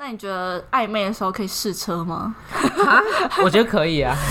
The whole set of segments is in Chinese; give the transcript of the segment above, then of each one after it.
那你觉得暧昧的时候可以试车吗？ 我觉得可以啊。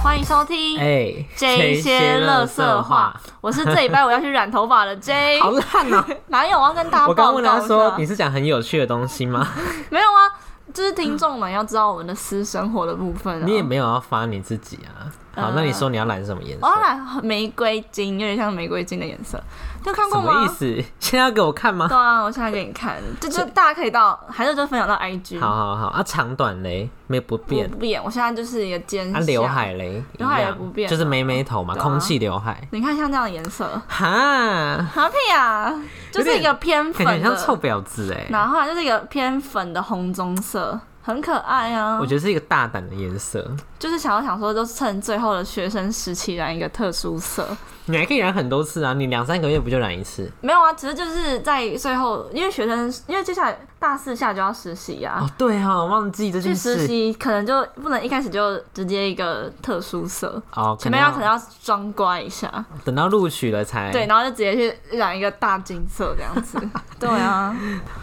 欢迎收听哎这些乐色话，， 我是这礼拜我要去染头发的 J， 好烂 哦！哪有我要跟大家我报告刚问他一下说：“你是讲很有趣的东西吗 没有啊？就是听众们要知道我们的私生活的部分、啊。？”你也没有要发你自己啊。好，嗯那你说你要染什么颜色我？要染玫瑰金，有点像玫瑰金的颜色，你有看什过吗？么意思？ 现在要给我看吗对？啊，我现在给你看，这就大家可以到，还是就分享到 IG。好好好啊，长短嘞没不我变不变，我现在就是一个尖。啊，刘。海嘞刘海一也样不变啊就是妹妹头嘛，对啊空气刘海。你看像这样的颜色，哈，何必啊？就是一个偏粉感觉很像臭的，嗯婊子哎。然后它就是一个偏粉的红棕色，很可爱啊我。觉得是一个大胆的颜色，就是想要想说，就趁最后的学生时期染一个特殊色。你还可以染很多次啊，你两三个月不就染一次？没有啊，只是就是在最后，因为学生，因为接下来大四下就要实习呀、哦，对哦，忘记这去件啊实事习可能就不能一开始就直接一个特殊色，哦，前面要可能要装乖一下，等到录取了才对，。然后就直接去染一个大金色这 样子。对啊，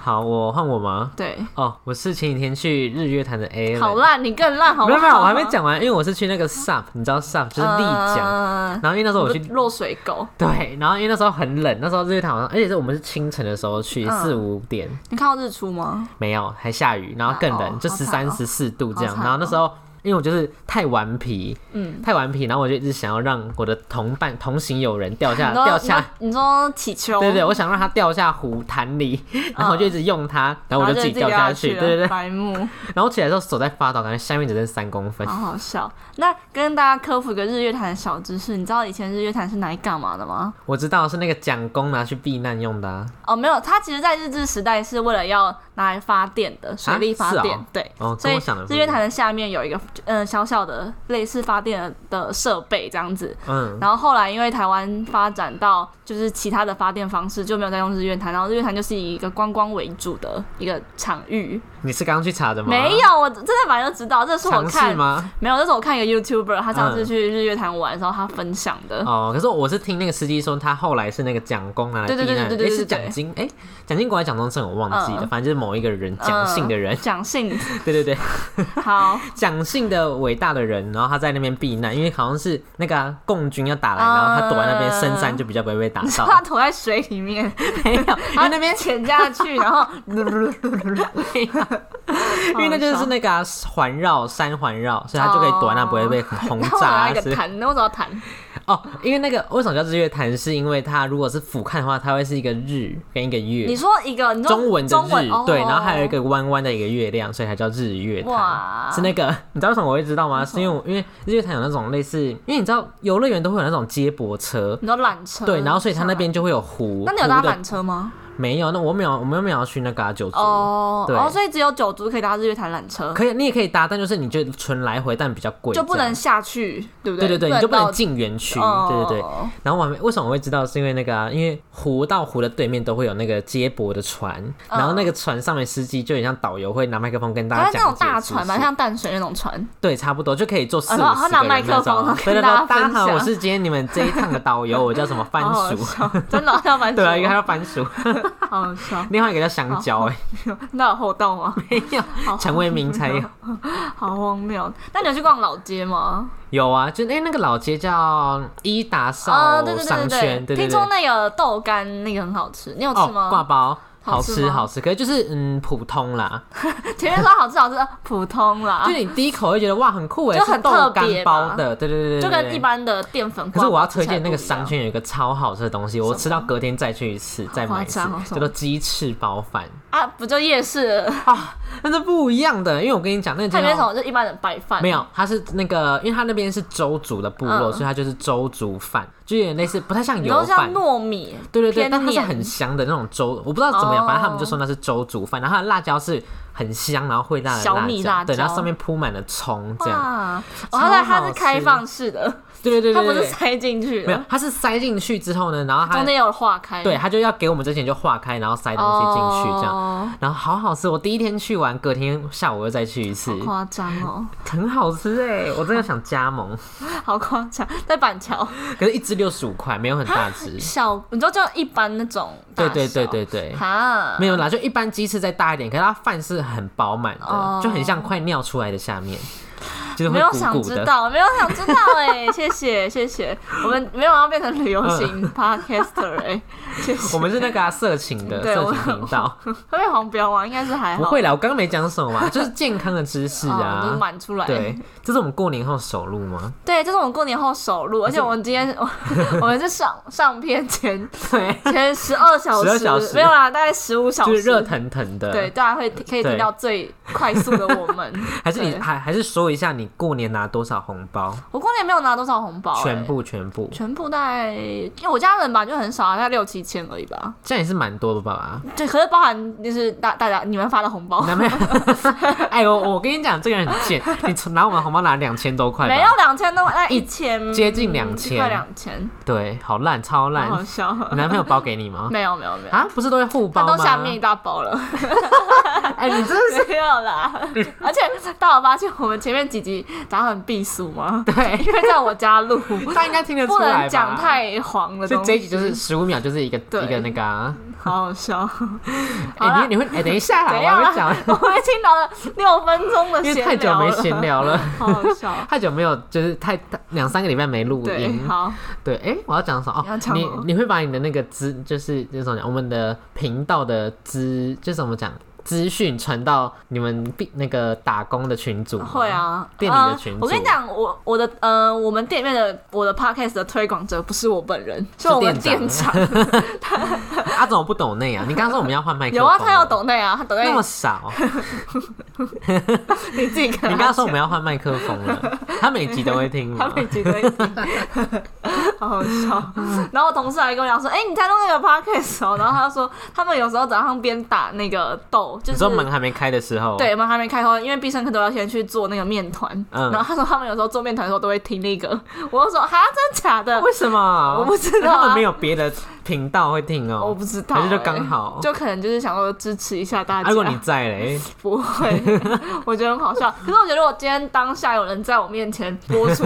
好，我换我吗？对，哦，我是前几天去日月潭的 A，好，烂，你更烂，好哎没不有好？没有，我还没，讲完，因为我是去那个 SUP，你知道 SUP 就是丽江，呃，然后因为那时候我去你不落水狗，对，然后因为那时候很冷，那时候日月潭好像，而且是我们是清晨的时候去，嗯四五点你看到日出吗？没有，还下雨，然后更啊哦冷，就好十惨三哦十四度这样好。惨然后那哦时候因为我就是太顽皮，嗯，太顽皮，然后我就一直想要让我的同伴同行友人 掉下你说掉下，你说你说起球，对对，对，我想让他掉下湖潭里，然后我就一直用它，然后我就自己掉下去，嗯然后就自己掉对对对，白 目，然后起来的时候手在发抖，感觉下面只剩三公分好。好笑。那跟大家科普一个日月潭的小知识，你知道以前日月潭是拿来干嘛的吗？我知道是那个蒋公拿去避难用的、啊，哦，没有，它其实，在日治时代是为了要拿来发电的，水力发是哦电，对。哦，所跟以我想的不日一月样潭的下面有一个嗯、呃小小的类似发电的设备这样子，嗯，然后后来因为台湾发展到就是其他的发电方式，就没有再用日月潭，然后日月潭就是以一个观光为主的一个场域。你是刚刚去查的吗？没有，我真的本来就知道，这是我尝试看吗？没有，这是我看一个 YouTuber，他上次嗯去日月潭玩的时候他分享的。哦，可是我是听那个司机说，他后来是那个蒋公拿来避对对难，对对对诶对是对对蒋经，哎，蒋经国还是蒋中正，我忘记了，嗯反正就是某一个人，蒋姓的人，蒋姓， 对对对，好，蒋姓的伟大的人，然后他在那边避难，因为好像是那个啊、共军要打嗯来，然后他躲在那边深山就比较不会被打 到，他躲在水里面，没有，因他为那那边潜下去，然 后因为那就是那个啊环绕山环绕，所以他就可以躲在那不会哦被 轰然后我炸拿啊一之个类的。弹，那我找弹，哦，因为那个为什么叫日月潭，是因为它如果是俯瞰的话，它会是一个日跟一个你月，说一个，你说中文的中文日哦、对，然后还有一个弯弯的一个月亮，所以才叫日月潭。哇，是那个，你知道为什么我会知道吗？是因为我因为日月潭有那种类似，因为你知道游乐园都会有那种接驳车，你说缆车对，然后所以它上来那边就会有湖。嗯那你有湖搭的缆车吗？没有？那我没有，我们又没有要去那个、啊、九族。哦，对哦，所以只有九族可以搭日月潭缆车，可以，你也可以搭，但就是你就纯来回，但比较贵，就不这样能下去，对不对对对对，你就不能到进园区，哦对对对。然后我还没为什么我会知道，是因为那个啊，因为湖到湖的对面都会有那个接驳的船，嗯然后那个船上面司机就很像导游，会拿麦克风跟大它家是那讲种解大知船嘛，识像淡水那种船，对，差不多就可以坐四五然后他十拿个麦人那克风种。对跟对对，大家大家分好，享哦我是今天你们这一趟的导游，我叫什么番好好 薯，笑，真的要蛮 对啊，一个叫番薯，哦好好笑，另外一个叫香蕉，哦哎，那有厚道吗？ 没有，好陈为民 才有。好荒谬。那你有去逛老街吗？有啊，就哎、那个老街叫伊达啊，少对对商对圈，对对对，听说那个豆干那个很好吃，你有吃哦，挂 吗？包。好好吃吃吗好吃，可是就是嗯普通啦，前面说好吃好吃，呃普通啦就，你第一口会觉得哇很酷诶，就是很豆特干别包嘛的，对对对对，就对跟对一般的淀粉可瓜是子吃起来不一样。我要推荐那个商圈有一个超好吃的东西，我吃到隔天再去一次，再买一次夸张哦，什叫么做鸡翅包饭啊，不就夜 市了？啊，那是不一样的，因为我跟你讲，那个它里面什叫么就一般的白饭，没有，它是那个，因为它那边是周族的部落，嗯所以它就是周族饭，就有点类似，不太像然后油像饭，糯米，对对对，偏但它是黏很香的那种粥，我不知道怎么样，反正他们哦就说那是粥煮饭，然后它的辣椒是很香，然后会辣的小米辣椒对，然后上面铺满了葱，这样，哇，超哦，它是它好是吃开放式的，对对对它不对是对，塞进去没有的，，它是塞进去之后呢，然后啊中它间有化开，对，它就要给我们之前就化开，然后塞东西进去这样，样。然后好好吃，我第一天去完，隔天下午又再去一次，夸张哦，欸很好吃哎、我真的想加盟。好夸张，在板桥，可是，一只六十五块，没有很大只。小，你知道就一般那种大对小，对对对对，哈，没有啦，就一般鸡翅再大一点，可是它饭是很饱满的，哦就很像快尿出来的下面，就是没会有想鼓鼓知的。道，没有想知道 哎、谢谢谢谢，我们没有要变成旅游型 podcaster 哎、谢谢。我们是那个、啊、色情的对色我情频道， 会被黄标啊吗？应该是还好，不会啦，我刚刚没讲什么嘛，就是健康的知识哦都啊。满出来。对，这是我们过年后首录吗？对，这是我们过年后首录，而且我们今 天我我们是上上片前 对，前十二小时， 12小时没有啦，大概十五小就是时，热腾腾的。对，，大家会可以对听到最快速的我们。 还是你对还还是说一下你过年拿多少红包？我过年没有拿多少红包、哎全部全部，全部大概，因为我家人吧就很少啊，大概六七千而已吧。这样也是蛮多 的吧？对，可是包含就是大大家你们发的红包，男朋友， 哎呦，我跟你讲，这个人很 贱，你从拿我们红包拿两千多块吧，没有两千多，那一千接近两2000快两千，对，好烂，超好好烂。笑啊。你男朋友包给你吗？ 没有没有没有，啊，不是都会互包他吗？都下面一大包 了，哎、你真的没有 啦。而且大家发现我们前面几集打很避暑吗？对，因为在我家录，是，大家应该听得出不来吧能讲，太黄了。所以这一集就是十五秒，就是一个对一个那个、啊。好好笑。哎、好啦你你会哎、等一下啦，怎我样还啊没讲，？ 我们已经聊了六分钟的因为闲太久聊没了，闲聊了，好好 笑。太久没有就是太太两三个礼拜没录对，音。好，对，哎、我要讲什么？你要哦，讲你什么你会把你的那个资，就是就是怎么讲，我们的频道的资，就是怎么讲，资讯传到你们必那个打工的群组吗。会啊，店里的呃群组我跟你讲，我我的呃，我们店里面的我的 podcast 的推广者不是我本人，是我们店店长。阿总不懂内啊，你刚刚说我们要换麦克风， 有啊，他要，抖内 啊，他抖内那么少，哦你自己跟你他刚刚说我们要换麦克风 了，他每集都会听他吗？每集都会听， 好好 笑。嗯然后我同事还跟我讲说：“哎、你在录那个 podcast 哦。”然后他就说：“他们有时候早上边打那个豆，就你是说门还没开的时候，，啊对门还没开通，因为必胜客都要先去做那个面团。嗯然后他说他们有时候做面团的时候都会听那个，我就说：“哈，真假的？为什么？我不知道啊他们没有别的频道会听哦、我不知道、还是就欸刚好就可能就是想说支持一下大啊家。如果你在嘞，不会， 我觉得很好笑。可是我觉得，如果今天当下有人在我面前播 出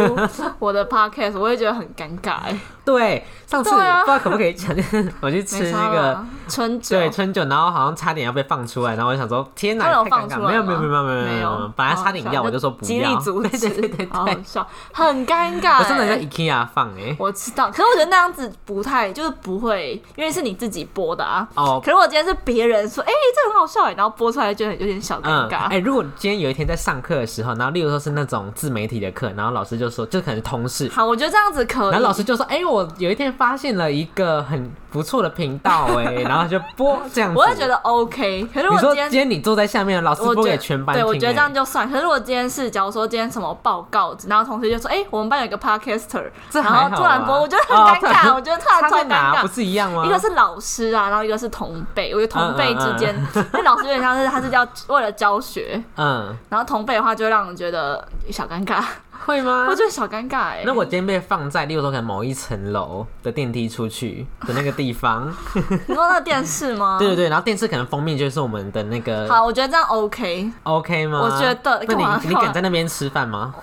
我的 podcast，我会觉得很尴尬、欸。对，上次不对知啊道可不可以讲， 我去没吃差啊那个啦春酒，对春酒，然后好像差点要被放出来，然后我想说，天哪，他有太放尴出尬来了，没有没有吗没有没有没没有，有哦本来差点要，我就说不要，极力阻止， 对对对对好对好，笑，很尴尬、我真的在欸 IKEA 放哎，我知道，可是我觉得那样子不太，就是不会，因为是你自己播的啊。哦可是我今天是别人说，哎、这很好笑、欸，然后播出来就很有点小嗯尴，尬。哎、如果今天有一天在上课的时候，然后例如说是那种自媒体的课，然后老师就说，就可能是同事，好，我觉得这样子可以。然后老师就说，哎、我有一天发现了一个很不错的频道、哎， 然后就播这样子。我也觉得 OK，可是你我说今天今天你坐在下面，老师我播觉得给全班对，听、我觉得哎这样就算。可是我今天是，假如说今天什么报告，然后同学就说：“哎、我们班有一个 podcaster，这然还好后突然吧播，我觉得很哦尴突尬，然我觉得突然差超在尴哪？不尬。是一样吗？一个是老师啊，然后一个是同辈，我觉得同辈之间， 那、老师有点像是他是要为了教学，嗯，然后同辈的话就会让人觉得小尴尬，会吗我？觉得小尴尬哎、嗯那我今天被放在，例如说可能某一层楼的电梯出去的那个地方，你说那个电视 吗？对对对，然后电视可能封面就是我们的那个好，我觉得这样 OK。 OK 吗？我觉得干那嘛你干你嘛敢在那边吃饭吗？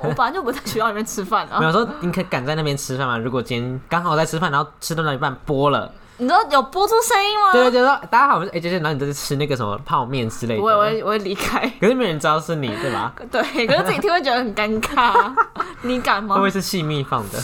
我本来就不在学校里面吃饭啊没，有说你可敢在那边吃饭吗？如果今天刚好在吃饭，然后吃到一半播了，你知道有播出声音吗？对对，就说大家好，我是 A J J，然后你在吃那个什么泡面之类的，不会，我会我会离开。 可是没人知道是你，对吧？对，可是自己听会觉得很尴尬、 你敢会吗不？会是细密放的？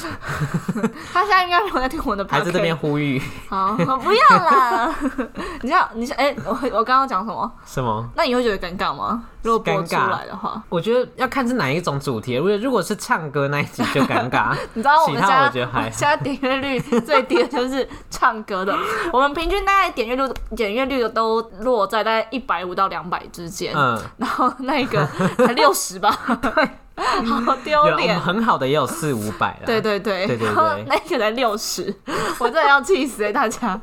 他现在应该没有在听我的 p 还 o 在这边呼吁好，不要啦！ 你知道，你想，哎、我我刚刚讲什么？什么？那你会觉得尴尬吗？如果播出来的话，我觉得要看是哪一种主题。如果如果是唱歌那一集就尴尬，你知道我其们他家我觉得还好现在点阅率最低的就是唱歌的，我们平均大概点阅率点阅率都落在大概一百五到两百之间，嗯，然后那个才六十吧，好丢有我脸们。很好的也有四五百了。对对对，对对对然后那个才六十，我真的要气死欸大家！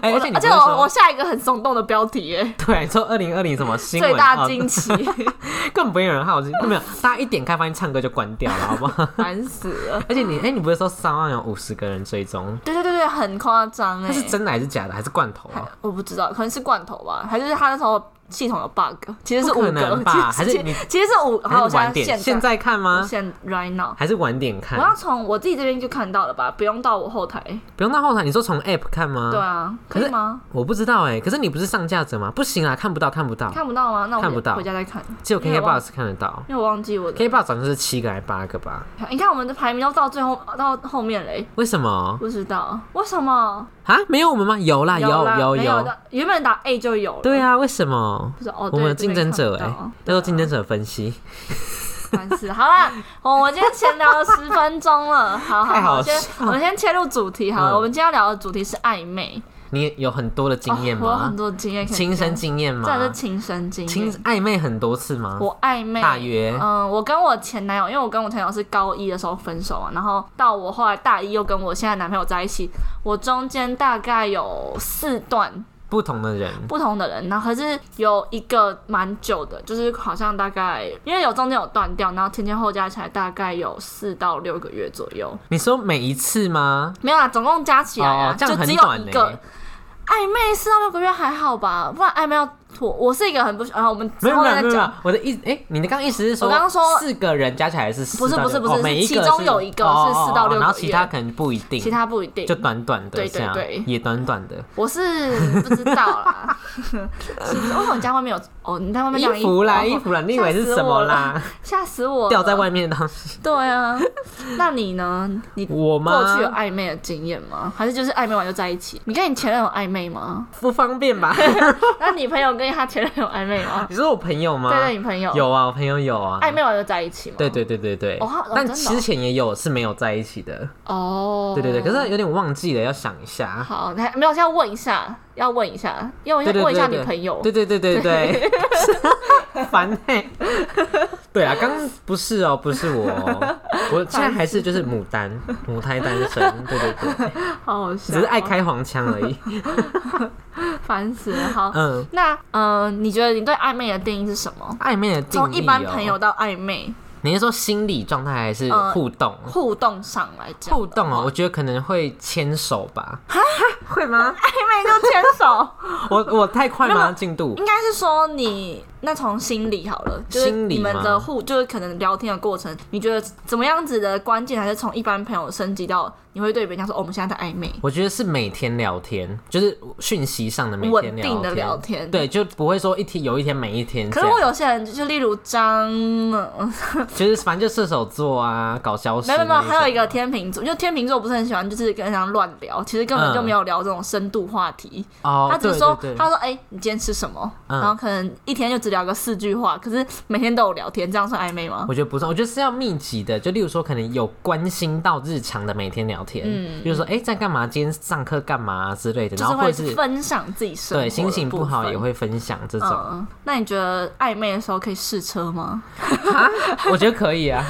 哎，而我且你而不且是我我说下一个很耸动的标题耶，对，你说二零二零什么新闻最大哦惊奇，根本不会有人好奇，没有，大家一点开发 现唱歌就关掉了，好不好？烦死了。而且你，哎、你不是说三万有五十个人追踪？对对对对，很夸张哎它。是真的还是假的，还是罐头啊？我不知道，可能是罐头吧，还是他那时候系统有 bug，其实是不五可个能，吧？其还实是你其实是五，还好，我是晚现在点？现现在看吗？嗯现 right now，还是晚点看我？要从我自己这边就看到了吧，不用到我后台。不用到后台，你说从 App 看吗？对啊，可嗯可是以吗？我不知道哎、可是你不是上架者吗？不行啊，看不到，看不到，看不啊到吗？那我看不到回家再看，只有因为我忘 KKBox 看得到。因为我忘记我的。 KKBox 好像是七个还是八个吧？你看我们的排名都到最后到后面嘞，为什么不知道为什么？啊？没有我们吗？有啦，啦有没有的，原本打 A 就有了。对，啊，为什么？不是哦，我对们有竞争者这哎、边看不到嗯叫做竞争者分析， 烦死了！好啦，我们今天闲聊了十分钟了，好好太好好，先笑我 们先切入主题好了。嗯我们今天要聊的主题是暧昧你有很多的经验哦我有吗很？多经验可以讲，亲身经验吗这？是亲身经亲验。暧昧很多次吗？我暧昧大约嗯，我跟我前男友，因为我跟我前男友是高一的时候分手嘛，然后到我后来大一又跟我现在男朋友在一起，我中间大概有四段不同的人，不同的人，然后可是有一个蛮久的，就是好像大概因为有中间有断掉，然后前前后加起来大概有四到六个月左右，你说每一次吗？没有啦，总共加起来、啊哦，这样就很只有短欸一呢、个。暧昧四到六个月还好吧，不然暧昧要我我是一个很不喜，啊然后我们之没有后没有再没有没有讲。，我的意思，哎、你的刚刚意思是说，我刚刚说四个人加起来是四不是到不是六不是哦每一是个其中有一个哦哦是哦四到六个然后其他月可能不一定，其他不一定，就短短的对这对样，对也短短的我是不知道啦。是为什么你家外面有？哦，你在外面晾衣服啦衣服啦，你以为是什么？哦啦？吓死我了！掉在。外面的东西，对啊，那你呢？你过我吗？去有？暧昧的经验吗？还是就是暧昧完就在一起？你跟你前任有暧昧吗 不方便吧？那你朋友跟他前任有暧昧吗？你说我朋友吗？对对，你朋友有啊，我朋友有啊，暧昧完就在一起吗？对对对对对哦他哦，但真的哦之前也有是没有在一起的，哦，对对对，可是有点忘记了，要想一下。好，那没有，要问一下，要问一下，要问一对下，对问对一下对你朋友。对对对对对， 烦哎。对啊，刚刚不是哦，不是我 哦，我现在还是就是牡丹，母胎单身，对对 对，好好笑只是爱，开黄腔 而已。烦死了。好，嗯，那嗯、呃你觉得你对暧昧的定义是什么？暧昧的定义、哦，从一般朋友，到暧昧你是说心理状态还是呃互动？互动上来讲的话，互动哦，我觉得可能会牵手吧。会吗？暧昧就牵手， 我我太快没吗？有进度应该是说你那从心理好了，就是心理你们吗的互，就是可能聊天的过程，你觉得怎么样子的关键，还是从一般朋友升级到你会对别人讲说、哦我们现在在暧昧，我觉得是每天聊天，就是讯息上的每稳天聊天，定的聊天。。对，就不会说一天有一天每一天这可样。是我有些人就例如张，嗯就是反正就射手座啊，搞消失没那有种。没有，还有一个天秤座，就天秤座不是很喜欢，就是跟人家乱聊，其实根本就嗯没有聊这种深度话题。哦，他只是说，对对他对说，哎、你今天吃什么？嗯然后可能一天就只聊个四句话，可是每天都有聊天，这样算暧昧吗？我觉得不算，我觉得是要密集的，就例如说可能有关心到日常的每天聊天，嗯就是说哎、在干嘛，今天上课干嘛、之类的，就然后或会者是分享自己生活，对心情不好也。会分享这种，嗯，那你觉得暧昧的时候可以试车吗？我觉得可以啊。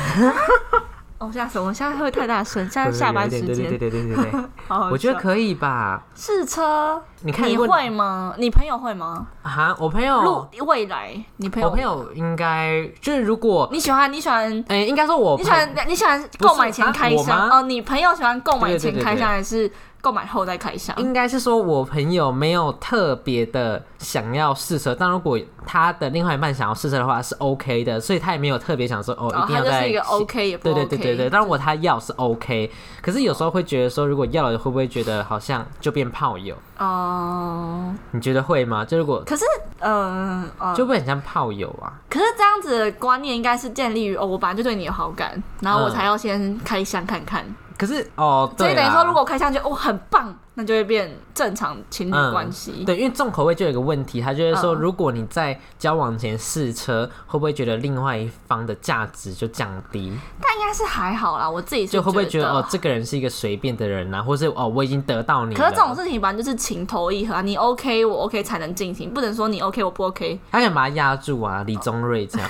哦，吓死我！现在会太大声，现在下班时对对间，对对对对对，好好我觉得笑可以吧。试车，你看你如果会吗？你朋友会吗？啊？我朋路友，未来，你朋我友，朋友应该就是如果你喜欢你喜欢哎、应该说我你朋喜欢你喜欢购买前开不是啊箱我吗哦？你朋友喜欢购买对对前对对开箱对还是购买后再开箱？应该是说，我朋友没有特别的想要试车，但如果他的另外一半想要试车的话是 OK 的，所以他也没有特别想说哦，哦一，定他要就在是一个 OK 也不对 OK，对对对对，但如果他要是 OK，可是有时候会觉得说，如果要了会不会觉得好像就变炮友？哦，你觉得会吗？就如果可是嗯哦，就会很像炮友啊？可是这样子的观念应该是建立于哦，我本来就对你有好感，然后我才要先开箱看看。可是哦，所嗯对以等于啦说，如果开箱觉得哦很棒，那就会变正常情侣关系。嗯对，因为重口味就有一个问题，他就会说，嗯如果你在交往前试车，会不会觉得另外一方的价值就降低？但应该是还好啦，我自己是就会不会觉得得哦，这个人是一个随便的人啊，或是哦，我已经得到你了。可是这种事情反正就是情投意合啊，你 OK 我 OK 才能进行，不能说你 OK 我不 OK，他想把他压住哦啊，李宗 瑞这样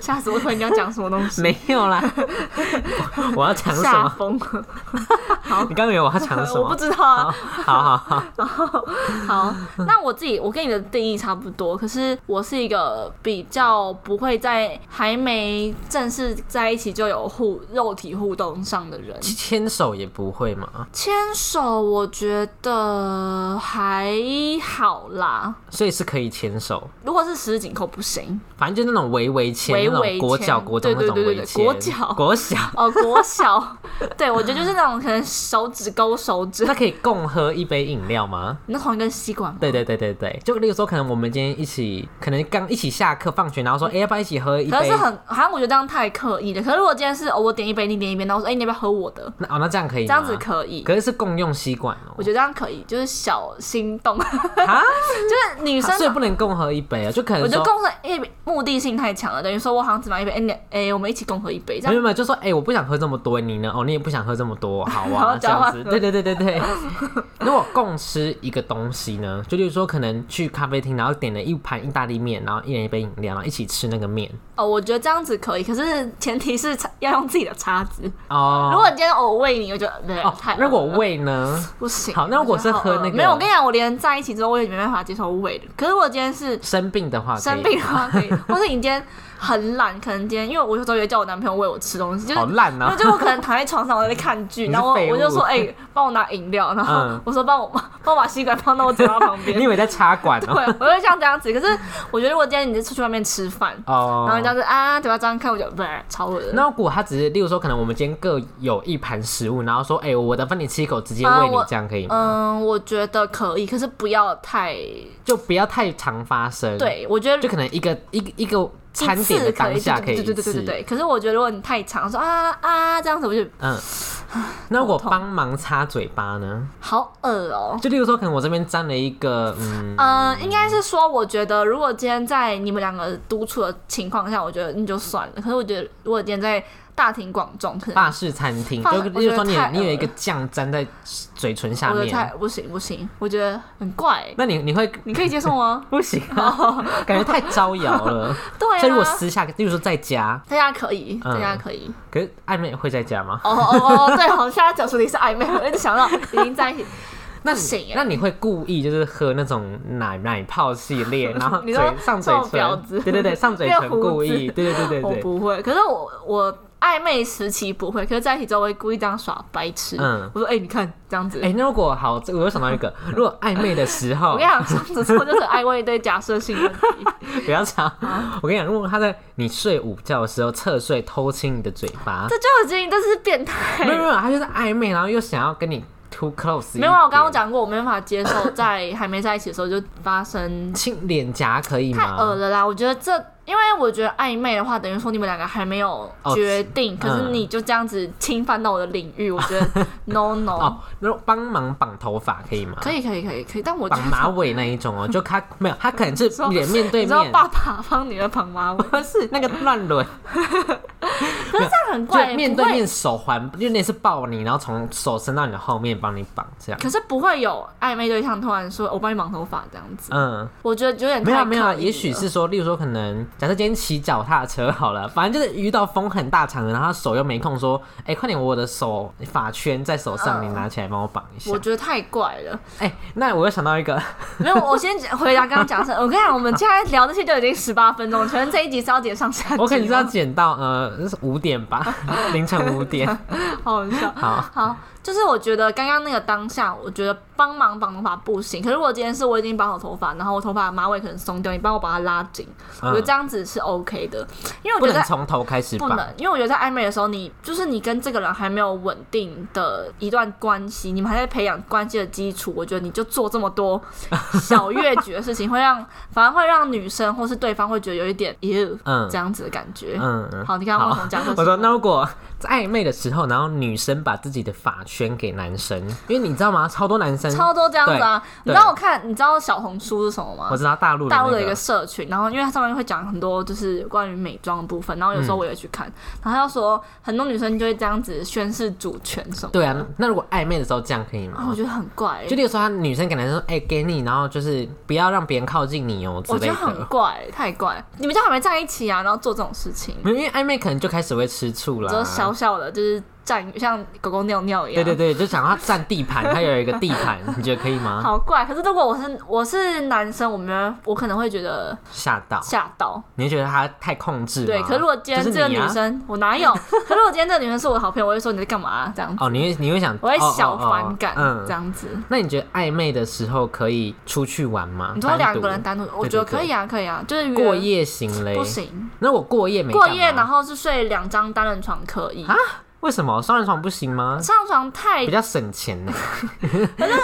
吓死我！突然间要讲什么 东西，没 有啦。我我要讲什吓么？疯。你刚刚以为我要讲什我不么？哦知道啊，好好好，好，那我自己我跟你的定义差不多，可是我是一个比较不会在还没正式在一起就有互肉体互动上的人。牵手也不会嘛，牵手我觉得还好啦，所以是可以牵手，如果是十指紧扣不行反正就那种微微牵，微微那种国牵脚国中那对对种对对微对牵，国脚国小，哦。国小， 对我觉得就是那种可能手指勾手指，那可以共喝一杯饮料吗？你那同一根吸管吗？对对对对对，就例如说，可能我们今天一起，可能刚一起下课放学，然后说，哎、要不要一起喝一嗯可杯是？很，好像我觉得这样太刻意了。可是如果今天是、哦、我点一杯，你点一杯，然后我说，哎、你要不要喝我的？那哦，那这样可以这吗，样子可以。可是是共用吸管哦、我觉得这样可以，就是小心动，啊， 就是女生啊，所以不能共喝一杯啊，就可我能觉得说，共生一目的性太强了，等于说我好像只买一杯，哎、你哎、我们一起共喝一杯，这没有样没有，就说，哎、我不想喝这么多，你呢？哦，你也不想喝这么多，好然后啊，这样交换子，对对对对对。如果共吃一个东西呢，就例如说，可能去咖啡厅，然后点了一盘意大利面，然后一人一杯饮料，然后一起吃那个面。哦，我觉得这样子可以，可是前提是叉要用自己的叉子。哦，如果今天我喂你，我觉得对、哦太，如果饿了胃呢？不行。好那如果我觉得是喝好饿那个没有，我跟你讲，我连在一起之后，我也没办法接受喂的。可是我今天是生病的话，生病的话可以，或是你今天很懒，可能今天因为我有时候也会叫我男朋友喂我吃东西，就是好烂因啊为！就我可能躺在床上我在看剧，你是然后我废物我就 说哎，帮、我拿饮料，然后嗯我说帮我帮我把吸管放到我嘴巴旁边你以，为在插管哦、对，我就像这样子。可是我觉得如果今天你是出去外面吃饭，哦然后你这样子啊，嘴巴张开，我就不是超恶的。那如果他只是，例如说，可能我们今天各有一盘食物，然后说，哎、我的分你吃一口，直接啊喂你我，这样可以吗？嗯，我觉得可以，可是不要太。就不要太常发生。，对，我觉嗯得就可能一个一一个餐一点次的可当以，下对对以一对对对对次。对。可是我觉得如果你太长，说啊啊这样子，我就嗯，那如果头痛帮忙擦嘴巴呢？好恶哦。就例如说，可能我这边沾了一个，嗯，嗯，应该是说，我觉得如果今天在你们两个独处的情况下，我觉得你就算了。可是我觉得，如果今天在大庭广众，可能法式餐厅，法就我例觉如得说你有太你有一个恶酱沾在嘴唇下我觉得太面，不行不行，我觉得很怪欸。那你你会你可以接受吗？哦 不行啊，感觉太招摇了。对啊，所以如果私下，例如说在家，大家可以，嗯大家可以。可是暧昧会在家吗？哦哦哦，对，好，现在讲出你是暧昧，我一直想到已经在一起。那不行欸你耶那你会故意就是喝那种奶奶泡系 列，然后你嘴说上嘴臭婊子唇，对对 对，上嘴那唇个胡子故意，对对 对我对对，不会，可是我我暧昧时期不会，可是在一起之后我会故意这样耍白痴。嗯我说哎、你看这样子。哎、那哦如果好，这我又想到 一个，如果暧昧的时我候跟你，讲，双子座就是很爱问一堆假设性问题。不要吵。啊我跟你讲，如果他在你睡午觉的时候侧睡偷亲你的嘴巴，这就已经这是变态没。有没有，他就是暧昧，然后又想要跟你 too close，没有啊，我刚刚讲讲过，我没办法接受在还没在一起的时候就发生亲脸颊可以太恶吗？了啦！我觉得这，因为我觉得暧昧的话，等于说你们两个还没有决定，哦可是你就这样子侵犯到我的领域，我觉 得 no no，、哦，那种帮忙绑头发可以吗？可以可以可以可以，但我觉绑马得尾那一种哦，就他没有，他可能是说脸面对 你知道面，爸爸帮女儿绑马 尾，不是那个乱伦，可是这样很就怪，面不对会，面手环，就类似抱你，然后从手伸到你的后面帮你绑这样。可是不会有暧昧对象突然说我帮你绑头发这样子，嗯，我觉得有点没太有没有刻啊，意了也许是说，例如说，可能假设今天骑脚踏车好了，反正就是遇到风很大场的，然后他手又没空，说，哎、快点，我的手发圈在手上，嗯你拿起来帮我绑一下我。觉得太怪了。哎、那我又想到 一个，没有，我先回答刚刚讲的是， 我跟你讲，我们现在聊这些就已经十八分钟了，全这一集是要点上下集吗，我可能是要剪到呃五点吧，凌晨五点。 好好笑。好，好，就是我觉得刚刚那个当下，我觉得帮忙绑头发不行。可是如果今天是我已经绑好头发，然后我头发马尾可能松掉，你帮我把它拉紧，我觉得嗯这样子是 OK 的。因为我不觉得能在从头开始不绑。能，因为我觉得在暧昧的时候你，就是你跟这个人还没有稳定的一段关系，你们还在培养关系的基础，我觉得你就做这么多小越矩的事情，会让反而会让女生或是对方会觉得有一点耶、嗯这样子的感觉。嗯，嗯好，你刚刚问我讲 我说，那如果在暧昧的时候，然后女生把自己的发圈给男生，因为你知道吗？超多男生，超多这样子啊！你对知道我看，你知道小红书是什么吗我？知道大陆大那陆的一个个社群，然后因为它上面会讲很多就是关于美妆的部分，然后有时候我也去看，然后他就说很多女生就会这样子宣示主权什么的，对啊，那如果暧昧的时候这样可以然后我吗？觉得很怪、欸，就例如说，他女生给男生说：“哎、给你，然后就是不要让别人靠近你哦、我之觉类得很的。怪、太怪，你们就还没在一起啊，然后做这种事情”，没有，因为暧昧可能就开始会吃醋只有啦。小小的就是占像狗狗尿尿一样。对对对，就想要占地盘，它有一个地 盘，你觉得可以吗？好怪，可是如果我是我是男生，我们我可能会觉得吓到，吓到，你会觉得它太控制吗？对。可是如果今天就这个是你女啊生，我哪 有？可是我今天这个女生是我的好朋友，我会说你在干嘛、这样子，哦，你会你会想，我会哦哦小哦反感、嗯，这样子。那你觉得暧昧的时候可以出去玩吗？你说两单独个人单独，我觉得可以啊，可以啊，就是约过夜行嘞？不。行，那我过夜没过干嘛夜然后是睡两张单人床可以啊，为什么双人床不行吗？上床太比较省 钱呢。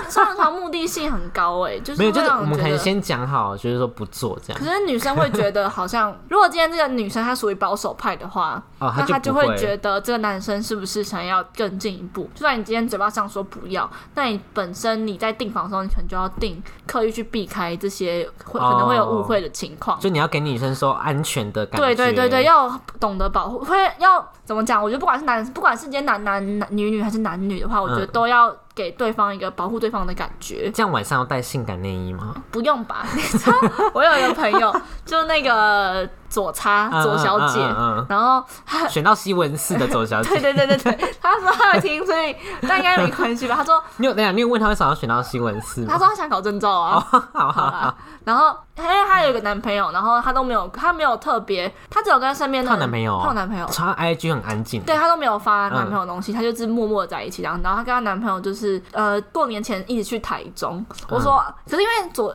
上床床目的性很高哎、就是没有，就会是让我人们可觉能得。先讲好，就是说不做这样可。是女生会觉得好像，如果今天这个女生她属于保守派的话， 哦，那就她不就会会觉得这个男生是不是想要更进一步？就算你今天嘴巴上说不要，那你本身你在订房的时候，你可能就要定刻意去避开这些会可能会有误会的情况。哦就你要给女生说安全的感觉。对对对对，。要懂得保护，会要怎么讲？我觉得不管是男，不管是今天男男男女女还是男女的话，我觉得嗯都要给对方一个保护对方的感觉。这样晚上要带性感内衣吗？不用吧？ 你知道我有一个朋友，就那个左叉嗯左小姐，嗯嗯嗯然后 嗯选到西文寺的左小对姐，对对对 对，她说她有听，所以但应该没关系吧？她说你有等一下你有问她为什么要选到西文寺她吗？说她想考证照啊。哦好好好啦，然后因为她有一个男朋友，然后她都没有，她没有特别，她只有跟身边的她有男朋友哦她有男朋友，她 IG 很安静。对她都没有发男朋友的东嗯西，她就是默默地在一起。然后，然后她跟她男朋友就是呃，过年前一起去台中。我说，嗯可是因为左，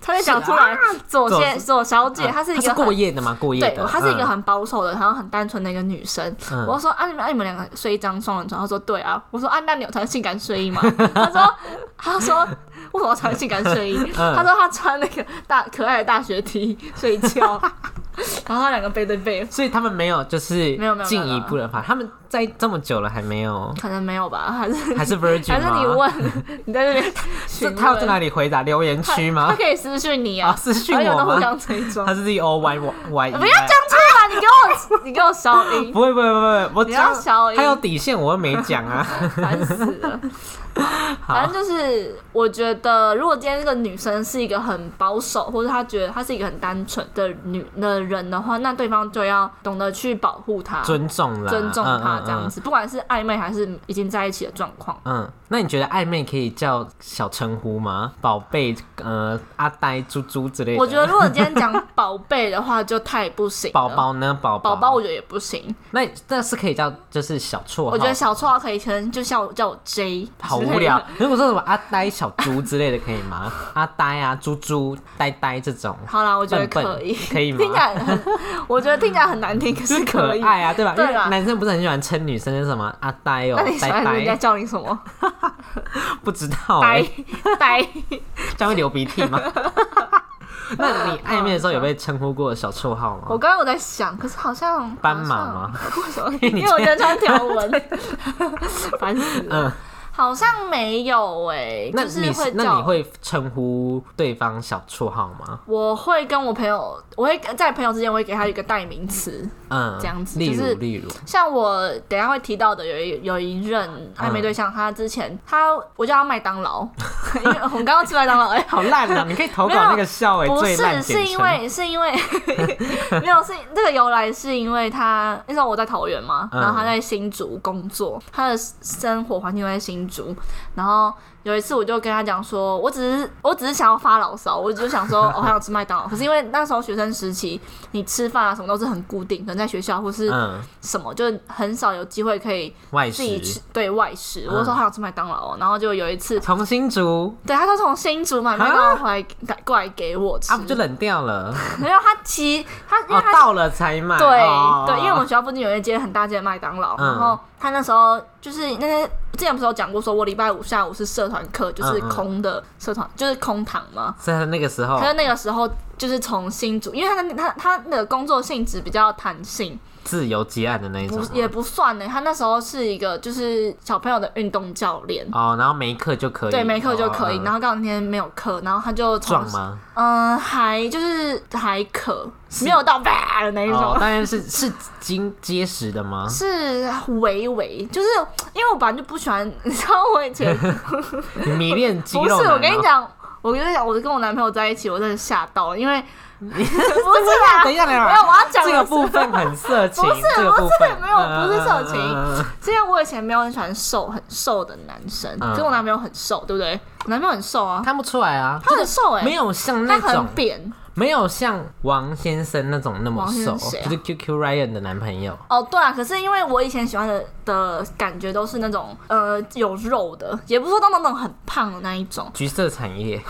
差点讲出来，左啊左先左小姐，嗯，她是一她个是过很夜的吗？过夜对的，，她是一个嗯很保守的，然后很单纯的一个女生。嗯我说啊，你们啊你们两个睡一张双人床，她说对啊。我说啊，那你有穿性感睡衣 吗？她说她说为什么要穿性感睡衣？嗯她说她穿那个大可爱的大学 T 睡觉， 然后她两个背对背，所以他们没有就是没有没有进一步的话，他们在这么久了还 没有，可能没有吧，还是 还是 virgin 还是吗？你 问，你在这边这询他要在哪问，里回答留言区吗他？可以私讯你啊，啊，私讯还有我都互吗？相追踪， 他 是哦 Z O Y Y，不要讲出来，你给我你给我消音，不会不会不会，我你要讲消音他，有底线，我又没讲 啊。烦死 了。反好，正就是，我觉得如果今天这个女生是一个很保守，或者她觉得她是一个很单纯的女的人的话，那对方就要懂得去保护她、尊重啦，尊重她嗯这样。子，不管是暧昧还是已经在一起的状况。嗯嗯，嗯那你觉得暧昧可以叫小称呼吗？宝贝，呃，阿呆、猪猪之类的。我觉得如果今天讲宝贝的话，就太不行了。宝宝呢，宝宝宝，宝，我觉得也不行。那那是可以叫，就是小绰号。我觉得小绰号可以，可能就叫我叫我 J，好之类无的聊。如果说什么阿呆、小猪之类的，可以 吗？阿呆啊，猪猪、呆呆这种，好啦，我觉得笨笨可以，可以听起吗？来很，我觉得听起来很难听，可是可可以。爱啊，对吧？因对为啦男生不是很喜欢称女生是什么阿呆哦那你、喜呆欢人家呆，叫你什么？不知道呆哎，呆。这样会流鼻涕吗？那你暧昧的时候有被称呼过小绰号 我刚吗？刚有在想，可是好像斑马吗？好像 为什么？ 你因为我今天穿条 纹，烦死了。嗯，好像没有诶、那就是你会那你叫。会称呼对方小绰号吗？我会跟我朋友，我会在朋友之间，我会给他一个代名词。嗯，这样子例就是如例如，像我等一下会提到的，有一有一任暧嗯昧对象，他之前他我叫他麦当劳， 因为我们刚刚吃麦当劳、欸，好烂啊！你可以投稿没有那个笑哎，不最烂是，是简因称为是因为 没有是这个由来是因为他那时候我在桃园嘛，嗯然后他在新竹工作，他的生活环境都在新竹，然后。有一次我就跟他讲说，我只是我只是想要发牢骚，我就想说哦我想吃麦当劳。可是因为那时候学生时期，你吃饭啊什么都是很固定，可能在学校或是嗯什么，就是很少有机会可以外自己吃食，对外食。我嗯说好想吃麦当劳哦，然后就有一次，从新竹对他就从新竹买麦当劳回来过来给我吃，啊，不就冷掉了？没有，他骑他，因为哦，他、到了才买。对、哦对，因为我们学校附近有一间很大间的麦当劳，嗯然后他那时候就是那些之前不是有讲过，说我礼拜五下午是社团课，就是嗯嗯空的社团，就是空堂嘛。在那个时候他就那个时候就是从新竹，因为他的他他的工作性质比较弹性，自由结案的那一种不吗，也不算欸呢。他那时候是一个就是小朋友的运动教练，哦，然后没课就可以，对，没课就可以。哦然后刚好那天没有课，然后他就从壮吗？嗯，还就是还可，没有到 吧的那一种。哦，当然是是经结实的吗？是微微，就是 因为我本来就不喜欢，你知道我以前你迷恋肌不是肉男哦我跟你，讲，我跟你讲，我跟我男朋友在一起，我真的吓到了，因 为不是等一下，啦，等一下，等一没下有，，我要讲啊的这个是部分很色情，不是这个部分不是没有不是色情嗯嗯嗯嗯是因为我以前没有很喜欢瘦很瘦的男生，嗯可是我男朋友很瘦，对不对？我男朋友很瘦啊，看不出来啊，他很瘦哎、没有像那他种很扁。没有像王先生那种那么王先瘦，生谁啊就是 QQ Ryan 的男朋友。哦，对啊，可是因为我以前喜欢的的感觉都是那种呃有肉的，也不是说到那种很胖的那一种。橘色产业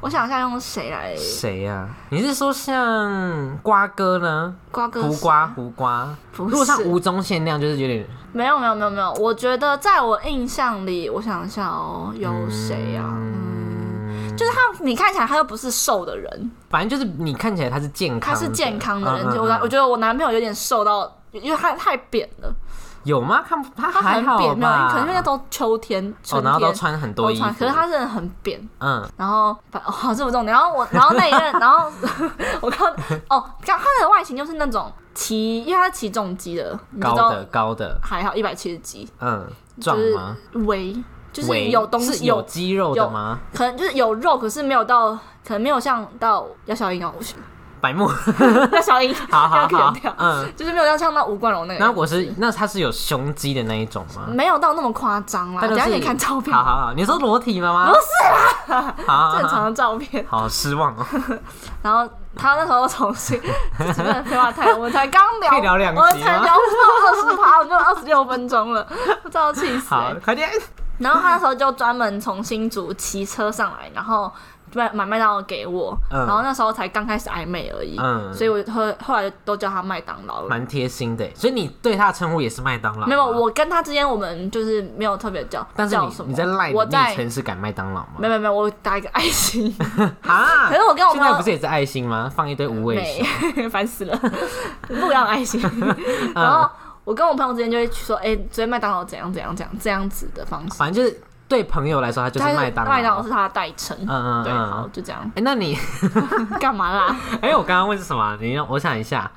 我想一下用谁来谁呀、你是说像瓜哥呢？瓜哥胡是瓜，胡瓜。不如果像是吴宗宪那样，就是有点没有没有没有没有，我觉得在我印象里，我想一下哦，有谁啊？嗯，就是他，你看起来他又不是瘦的人，反正就是你看起来他是健康他的，是健康的人。嗯嗯就我男嗯我觉得我男朋友有点瘦到，因为他太扁了，有吗？看不他他还很好吧？扁，没有，可能因为那都秋天、春哦，天，然后都穿很多都衣穿服，可是他真的很扁。嗯，然后反哦，好这不重点。然后我，然后那一任， 然后我看哦，看他的外形就是那种骑，因为他是骑重机的，你知高道的高的，还好一百七十几，嗯，就壮是吗？围，就是围有东西是有肌肉的吗？可能就是有肉，可是没有到，可能没有像到要小英哦，白目， 要小英，好好 要好剪掉，，嗯。 就是没有到像到吴冠荣那个那样子，我是那他是有胸肌的那一种吗？没有到那么夸张啦。他等就一下是可以看照片好，好好，你说裸体吗？不是啦， 好正常好的照片。好失望 哦。然后他那时候重新， 这真的废话太，我们才刚聊，可以聊两集我吗们才聊到二十趴，我们就二十六分钟了， 不知道气死、好欸。，快点。然后他那时候就专门从新竹骑车上来，然后买买麦当劳给我，嗯然后那时候才刚开始暧昧而已，嗯所以我后后来都叫他麦当劳了。蛮贴心的耶，欸所以你对他的称呼也是麦当劳吗。没有，我跟他之间我们就是没有特别叫，但是叫你什么？你在赖我的昵在称是改麦当劳吗没？有没有没有，我打一个爱心， 啊，可是我跟我现朋友在不是也是爱心吗？放一堆无尾熊， 没，烦死了，不要爱 心。然后我跟我朋友之间就会去说，哎、昨天麦当劳怎样怎样怎样这样子的方式，反正就是对朋友来说，他就是但麦当劳。麦当劳是他的代称。嗯嗯对，好，嗯。。就这样哎，那 你干嘛啦？哎，我刚刚问是什么啊？你让我想 一下。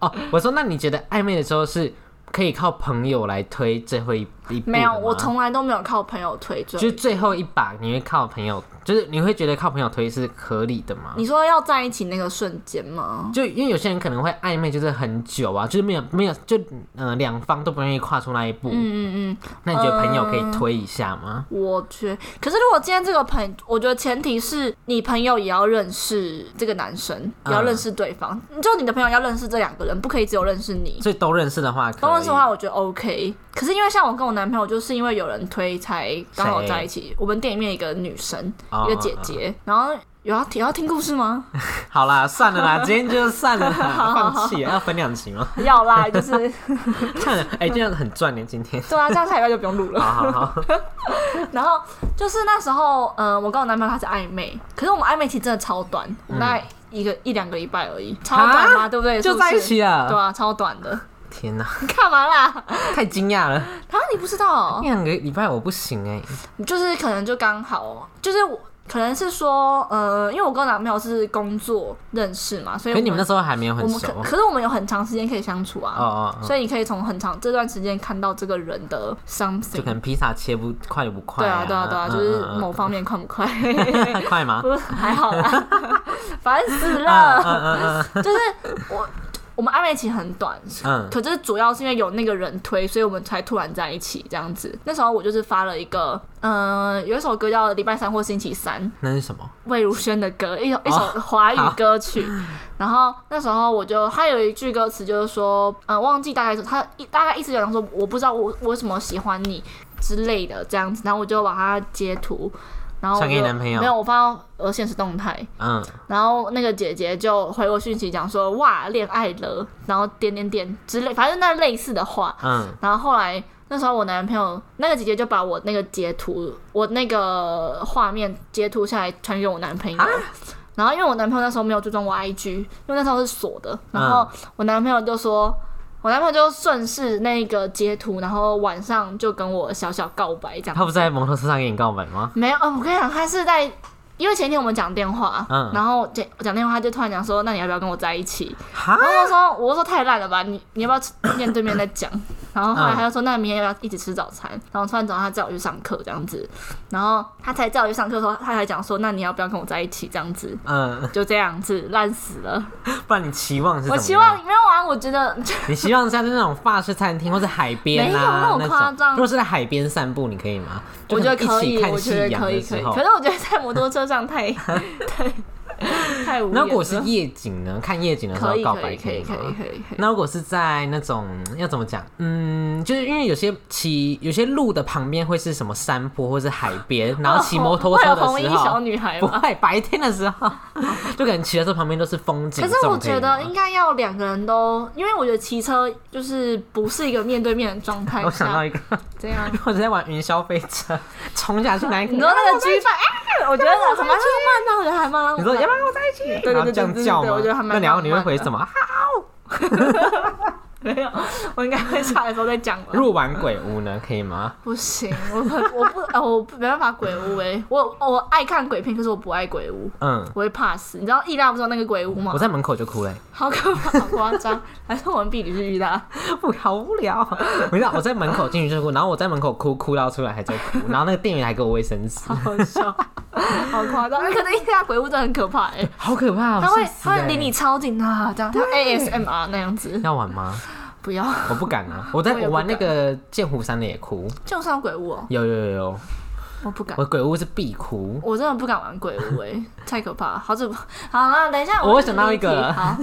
哦，我说那你觉得暧昧的时候是可以靠朋友来推最后一一步的没有，吗我从来都没有靠朋友推啊就荐。是最后一把，你会靠朋友，就是你会觉得靠朋友推是合理的吗？你说要在一起那个瞬间吗？就因为有些人可能会暧昧，就是很久啊，就是没有没有，就呃两方都不愿意跨出那一步。嗯嗯嗯，那你觉得朋友可以推一下吗？我觉可是如果今天这个朋，我觉得前提是你朋友也要认识这个男生，也要嗯认识对方。就你的朋友要认识这两个人，不可以只有认识你。所以都认识的话可以，刚认识的话，我觉得 OK。可是因为像我跟我男朋友，就是因为有人推才刚好在一起。我们店里面一个女生，哦一个姐姐，然后有要听有要听故事吗？ 好啦，算了啦，今天就算了啦，好好放弃了，要分两期吗？要啦，就是看了，哎、这样很赚呢，今天。对啊，这样下礼拜就不用录了。好好好，然后就是那时候，嗯、我跟我男朋友他是暧昧，可是我们暧昧期真的超短，我们大概一个、一两个礼拜而已，超短嘛，对不对？ 就是不是在一，起 了。对啊，超短的。天哪，你干嘛啦？太惊讶了！啊，你不知道哦、一两个礼拜我不行哎、就是可能就刚好，就是我可能是说，呃，因为我跟我男朋友是工作认识嘛，所以可我们是你们那时候还没有我很们熟可。可是我们有很长时间可以相处啊，哦哦哦所以你可以从很长这段时间看到这个人的就可 something。能披萨切不快不快、对啊，对啊，对啊，就是某方面快不快？太嗯 快吗？不是还好啦， 烦死嗯了。嗯嗯就是我我们暧昧期很短，嗯可是主要是因为有那个人推，所以我们才突然在一起这样子。那时候我就是发了一个，嗯、有一首歌叫《礼拜三或星期三》，那是什么？魏如萱的歌，一首哦一首华语歌曲。然后那时候我就，他有一句歌词就是说，呃，忘记大概是他一大概意思就讲说，呃我不知道我我为什么喜欢你之类的这样子。然后我就把它截图，然后我就传给你男朋友没有，我发到我的现实动态。嗯，然后那个姐姐就回我讯息讲说，哇，恋爱了，然后点点点之类，反正那类似的话。嗯，然后后来那时候我男朋友那个姐姐就把我那个截图，我那个画面截图下来传给我男朋友。然后因为我男朋友那时候没有追踪我 IG，因为那时候是锁的。然后我男朋友就说，我男朋友就顺势那个截图，然后晚上就跟我小小告白这样。啊他不是在摩托车上跟你告白吗？没有，呃我跟你讲，他是在。因为前天我们讲电话，嗯然后讲讲电话，他就突然讲说：“那你要不要跟我在一起？”哈然后那时候我就说太烂了吧，你你要不要面对面再讲？然后后来他就说，那明天要不要一起吃早餐？然后突然早上他叫我去上课这样子，然后他才叫我去上课的时候，他还讲说，那你要不要跟我在一起这样子？嗯，就这样子，烂死了。不然你期望是怎么我样？希望没有啊，我觉得你希望像是那种法式餐厅或者海边没有那啊种夸张如果是在海边散步，你可以吗？我觉得就可能一以起，看我夕觉得阳可以的可时以。候可是。我觉得在摩托车上 太太太无那聊如果是了夜景呢？看夜景的时可候以告可白以可以可吗以？可以可以。那如果是在那种要怎么讲？嗯，就是因为有些骑有些路的旁边会是什么山坡或是海 边，然后骑摩托车会有的红时衣小候，女孩不吗？会白天的时候，就可能骑的时候旁边都是风景。可是这种我觉以得吗应该要两个人都，因为我觉得骑车就是不是一个面对面的状态我想到下，一个，这 样。我在玩云霄飞车， 冲下去来，你说那个 G 范， 哎，我觉得很蛮浪漫的，我觉得还蛮浪漫的。你说要不要我在一起？对对然后对这对对样叫对吗我觉得还？蛮那然后你会浪漫回的什么？啊 没有，我应该会下来的时候再 讲了。入玩鬼屋呢？可以吗？不行，我很我不呃，我不没办法鬼屋哎、我我爱看鬼片，可是我不爱鬼屋，嗯，我会怕死。你知道易拉不是有那个鬼屋吗我？在门口就哭了欸， 好可怕，好夸张。还是我们婢女是易拉？不好无聊啊。我知道我在门口进去就哭，然后我在门口哭哭到出来还在哭，然后那个店员还给我卫生 纸，好笑，好夸 张。可能易拉鬼屋真的很可怕哎、好可怕哦！他会吓死他会欸离你超近啊，这样他 ASMR 那样子， 要玩吗？不要，我不敢啊！我在我也我不玩那个剑湖山的也哭，就算鬼屋哦，有有有有，我不敢我。鬼屋是必哭。我真的不敢玩鬼屋哎、 太可怕了！好久不好了，等一下我我会想到一个离题好，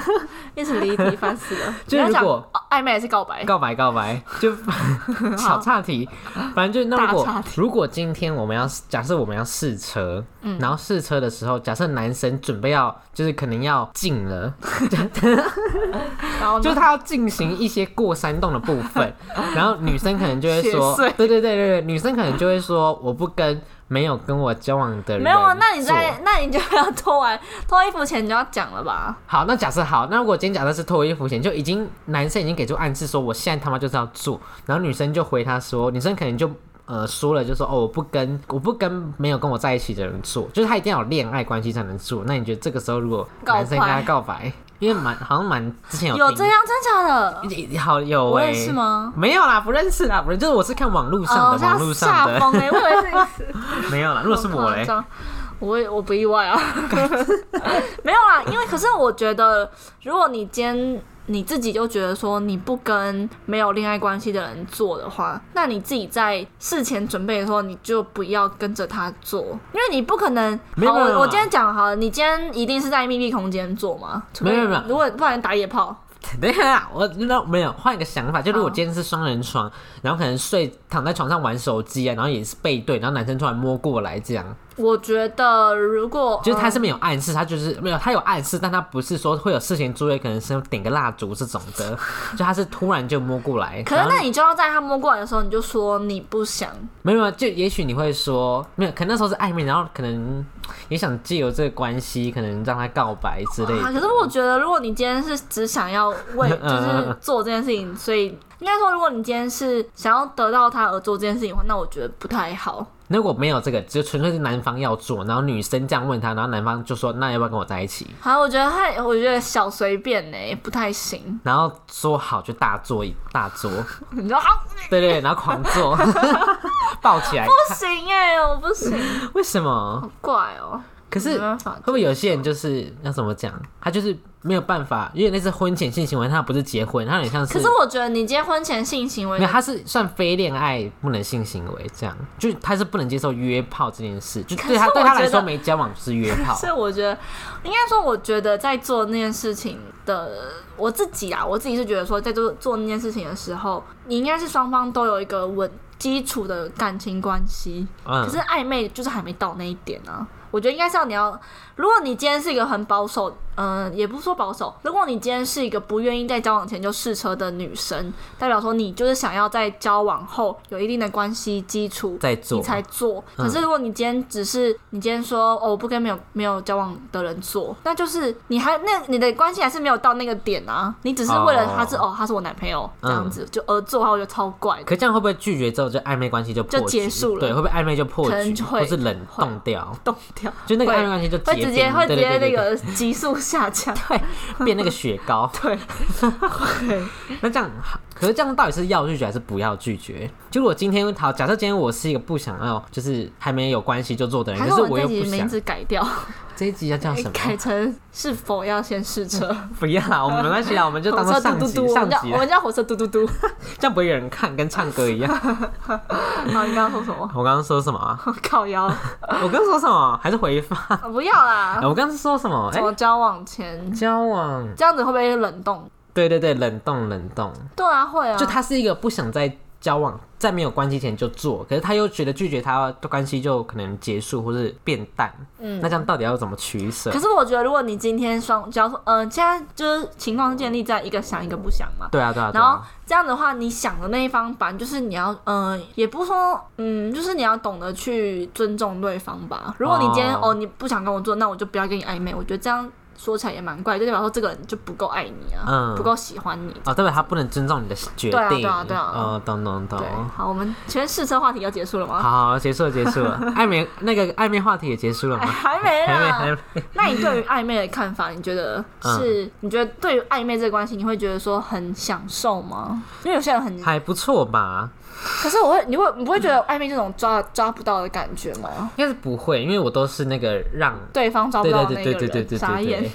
一直离题，烦死了。 就是你要讲如果哦暧昧还是告白，告白告白， 就小岔题，反正就那如大岔果如果今天我们要假设我们要试车，嗯然后试车的时候，假设男生准备要就是可能要进了，嗯然后呢就是他要进行一些过山洞的部分，然后女生可能就会 说雪嗯碎，对对对对对，女生可能就会说我不跟没有跟我交往的人没有啊，那你做在，那你就要脱完 脱衣服前你就要讲了吧？好，那假设好，那如果今天假设是脱衣服前就已经男生已经给出暗示说我现在他妈就是要做，然后女生就回他说，女生可能就呃说了就说哦我不跟 我不跟没有跟我在一起的人做，就是他一定要有恋爱关系才能做。那你觉得这个时候如果告白男生跟他告白，因为蛮好像蛮之前有有听这样真假的？好有我哎、认识吗？没有啦，不认识啦，不认就是我是看网络上哦，的，这网样络上吓的疯哎！我以为是 没有啦。如果是我夸，嘞张我也我不意 外啊，没有啦，因为可是我觉得，如果你今天你自己就觉得说你不跟没有恋爱关系的人做的话，那你自己在事前准备的时候，你就不要跟着他做，因为你不可能。没有好没有没有我我今天讲好了，你今天一定是在密闭空间做吗？没有没有没有如果不然打野炮，等一下，我那没有换一个想法，就如果好今天是双人床，然后可能睡躺在床上玩手机啊，然后也是背对，然后男生突然摸过来这样，我觉得如果就是他嗯是没有暗示，他就是没有他有暗示，但他不是说会有事前作业，可能是点个蜡烛这种的，就他是突然就摸过来。可是然后那你就要在他摸过来的时候，你就说你不想没有没有，就也许你会说没有，可能那时候是暧昧，然后可能也想借由这个关系，可能让他告白之类啊，的。可是我觉得，如果你今天是只想要为 嗯就嗯是嗯做这件事情，所以应该说，如果你今天是想要得到他而做这件事情的话，那我觉得不太好。如果没有这个，就纯粹是男方要做，然后女生这样问他，然后男方就说那要不要跟我在一起？好，我觉得太，我觉得小随便呢、不太 行。然后说好就大做一大做， 你说好对对，然后狂 做，抱起来不看，行哎、我不行，为什么？好怪哦、可是没办会法不会有些人就是要怎么讲？他就是没有办法，因为那是婚前性行为，他不是结婚，他有点像是可是我觉得你结婚前性行为 没有，他是算非恋爱，不能性行为，这样就他是不能接受约炮这件事，就可对是他我对他觉来得说没交往就是约炮，所以我觉得，应该说，我觉得在做那件事情的我自己啊，我自己是觉得说，在做做那件事情的时候，你应该是双方都有一个稳基础的感情关系。嗯可是暧昧就是还没到那一点啊。我觉得应该是要你要，如果你今天是一个很保守，嗯、也不是说保守，如果你今天是一个不愿意在交往前就试车的女生，代表说你就是想要在交往后有一定的关系基础在做你才做。嗯可是如果你今天只是你今天说哦，我不跟没有没有交往的人做，那就是你还那你的关系还是没有到那个点啊，你只是为了他是哦哦嗯他是我男朋友这样子、就而做的话，我觉得超怪的。 可这样会不会拒绝之后就暧昧关系就破就结局束了对，会不会暧昧就破可能局，就会或是冷会冻掉？冻掉，就那个会暧昧关系就会结直接冰会直对对接那对对个 急速下降。 对，变那个雪糕。对，那这样，可是这样到底是要拒绝还是不要拒绝？就如果今天好，假设今天我是一个不想要，就是还没有关系就做的人，还可是是我我们又自己不的名想。字哎改 掉，这一集要叫什 么？改成是否要先试车？不要啦，我们没关系啦，我们 就当火做车上嘟集嘟嘟，我上们叫集啊我啦，们叫火车嘟嘟 嘟。这样不会有人看，跟唱歌 一样。好，你刚刚说什么？我刚刚说什么啊？靠 腰，啊我刚刚说什么？还是回放？不要啦！我刚刚是说什么？哎怎、么交往前交往，这样子会不会冷冻？对对对，冷冻冷冻，对啊，会啊。就他是一个不想在交往，在没有关系前就做，可是他又觉得拒绝他的关系就可能结束或是变淡，嗯那这样到底要怎么取舍可？是我觉得，如果你今天双交，呃，现在就是情况是建立在一个想一个不想嘛。对啊对啊对然后啊，这样的话，你想的那一方版就是你要，嗯、也不说，嗯，就是你要懂得去尊重对方吧。如果你今天哦哦你不想跟我做，那我就不要跟你暧昧。我觉得这样说起来也蛮怪，就代表说这个人就不够爱你啊，嗯不够喜欢你。哦，代表他不能尊重你的决定，对啊对啊对啊哦，懂懂懂对，。好，我们前面试车话题要结束了吗？好好，结束了，结 束了。暧昧那个暧昧话题也结束了哎，吗？还没 还没，还嗯啦。没。那你对于暧昧的看法，你觉得是？你觉得对于暧昧这个关系，你会觉得说很享受吗？因为有些人很，还不错吧，可是我会，你会，你不会觉得暧昧这种抓抓不到的感觉吗？应该是不会，因为我都是那个让，对方抓不对到对的哦对那对个对对人，对傻对眼对。。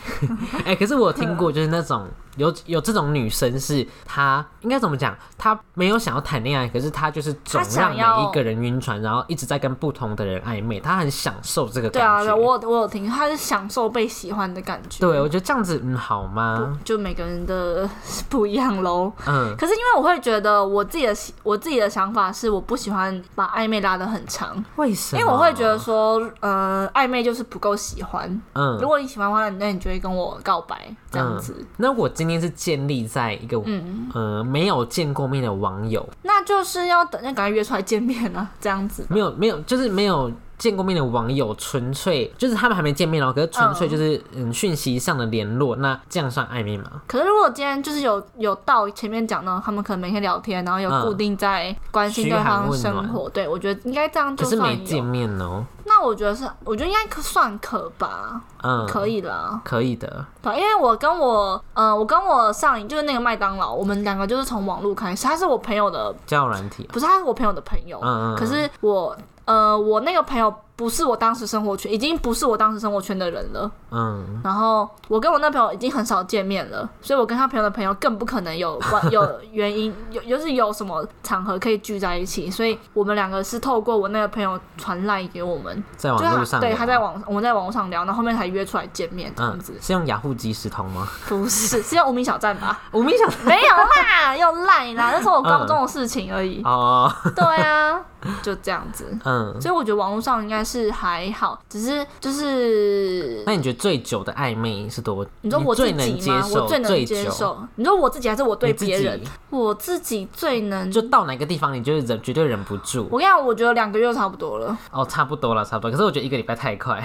哎、可是我有听过，就是那种有有这种女生是她应该怎么讲？她没有想要谈恋爱，可是她就是她总让想要每一个人晕船，然后一直在跟不同的人暧昧，她很享受这个对感啊，觉。对啊我有我有听，他是享受被喜欢的感觉。对我觉得这样子嗯好吗？就每个人的不一样喽。 嗯，可是因为我会觉得我自己的喜我自己的想法是，我不喜欢把暧昧拉得很长，为什因么？为我会觉得说，呃，暧昧就是不够喜欢。嗯，如果你喜欢的话，那你就会跟我告白这样子。那我今天是建立在一个嗯呃没有见过面的网友，那就是要等，那赶快约出来见面啊，这样子。没有没有，就是没有见过面的网友，纯粹就是他们还没见面哦，可是纯粹就是嗯讯息上的联络，那这样算暧昧吗？可是如果今天就是有有到前面讲到，他们可能每天聊天，然后有嗯固定在关心对方的生活，对我觉得应该这样可就是没算见有。面哦，那我觉得是，我觉得应该可算可吧，嗯，可以啦。可以的，对，因为我跟我，呃，我跟我上一就是那个麦当劳，我们两个就是从网络开始，他是我朋友的交友软体哦，不是他是我朋友的朋友，嗯嗯嗯可是我呃我那个朋友不是我当时生活圈，已经不是我当时生活圈的人了。嗯，然后我跟我那朋友已经很少见面了，所以我跟他朋友的朋友更不可能有关 有原因，有就是有什么场合可以聚在一起，所以我们两个是透过我那个朋友传赖给我们，在就网络是哦上他聊，对他在网我们在网络上聊，然后后面才约出来见面这样嗯子，，是用雅虎即时通吗？ 不是是用无名小站吧？我没想没有啦，用赖啦，那是我高中的事情而已。 哦，对啊，就这样子。嗯，所以我觉得网络上应该是还好，只是就是那你觉得最久的暧昧是多？你说我自最己能接吗？受，我最能接久，受。你说我自己还是我对你自别己人？我自己最能。就到哪个地方，你就是忍，绝对忍不住我跟你讲，我觉得两个月就差不多了。 哦，差不多了，差不多。可是我觉得一个礼拜太快，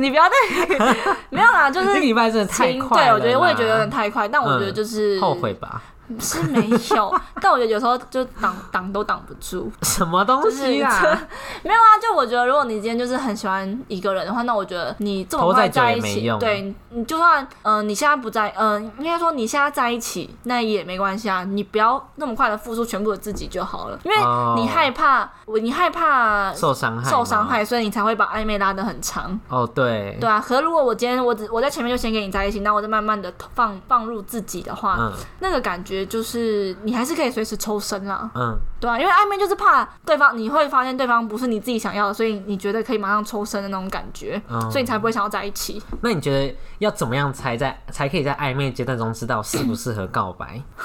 你不要 再没有啦，就一个是礼拜真的太亲。快对，了啦。我觉得我也觉得有点太快，但我觉得嗯就是、后悔吧？是没有， 但我觉得有时候就挡挡都挡不住。什么东西 啊？没有啊，就我觉得，如果你今天就是很喜欢一个人的话，那我觉得你这么快在一拖再久也没起用，啊对你就算嗯、呃你现在不在，嗯、应该说你现在在一起，那也没关系啊，你不要那么快的付出全部的自己就好了，因为哦你害怕，我你害怕受伤害，受伤。害，所以你才会把暧昧拉得很长。哦，对，对啊，可是如果我今天我只我在前面就先跟你在一起，那我再慢慢的放放入自己的话，嗯那个感觉就是你还是可以随时抽身啦。嗯，对啊，因为暧昧就是怕对方，你会发现对方不是你自己想要的，所以你觉得可以马上抽身的那种感觉，嗯所以你才不会想要在一起。那你觉得要怎么样才在才可以在暧昧阶段中知道适不适合告白？ 哦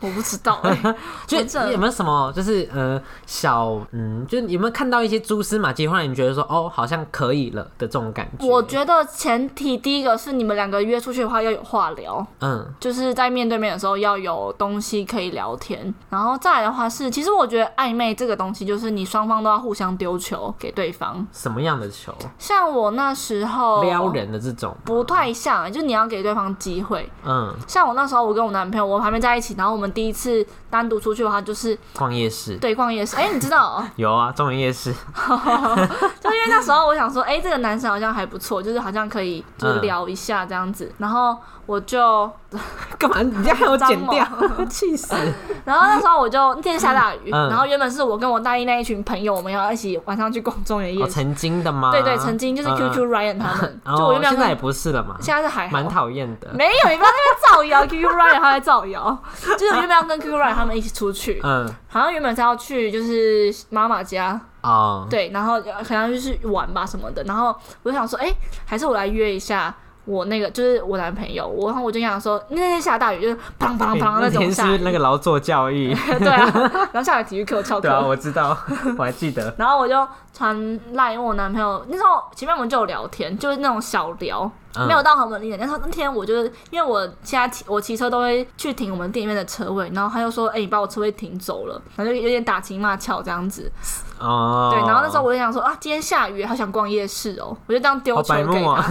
我不知道、欸，就我这有没有什么就是呃小嗯，就是有没有看到一些蛛丝马迹，会让你觉得说哦好像可以了的这种感 觉？我觉得前提第一个是你们两个约出去的话要有话聊，嗯就是在面对面的时候要有东西可以聊天。然后再来的话是，其实我觉得暧昧这个东西就是你双方都要互相丢球给对方。什么样的球像我那时候撩人的这种？不太像欸、就你要给对方机会。嗯像我那时候，我跟我男朋友，我们还没在一起，然后我们们第一次单独出去的话，就是逛夜市。对逛夜市。哎、你知道、哦， 有啊，中原夜市，就因为那时候我想说，哎、这个男生好像还不错，就是好像可以就是嗯聊一下这样子。然后我就， 干嘛？你这样害我剪 掉脏， 气死！然后那时候我就那天下大雨，嗯然后原本是我跟我大一那一群朋友，我们要一起晚上去逛中原夜哦，市。曾经的吗？对对，曾经就是 QQ 嗯。 Ryan 他们，嗯就我哦原，本现要在也跟不是了嘛，现在是还好蛮讨厌的。没有，你不要在那边造谣 ，QQ Ryan 他在造谣，就是我原本要跟 QQ Ryan 他们一起出去，嗯，好像原本是要去就是妈妈家，哦，对，然后可能就是玩吧什么的，然后我就想说，哎、还是我来约一下我那个就是我男朋友，我然后我就想说，那天下大雨，就是砰砰哎砰那种天是下不雨是，那个劳作教育， 对啊，然后下来体育课翘课，对啊，我知道，我还记得。然后我就传赖问我男朋友，那时候前面我们就有聊天，就是那种小聊，嗯 没有到很稳定的。但是那天我就是因为我现在骑我骑车都会去停我们店里面的车位，然后他就说：“哎、你把我车位停走了。”然后就有点打情骂俏这样子。哦，对，然后那时候我就想说啊，今天下雨，好想逛夜市哦，我就这样丢好球白给目啊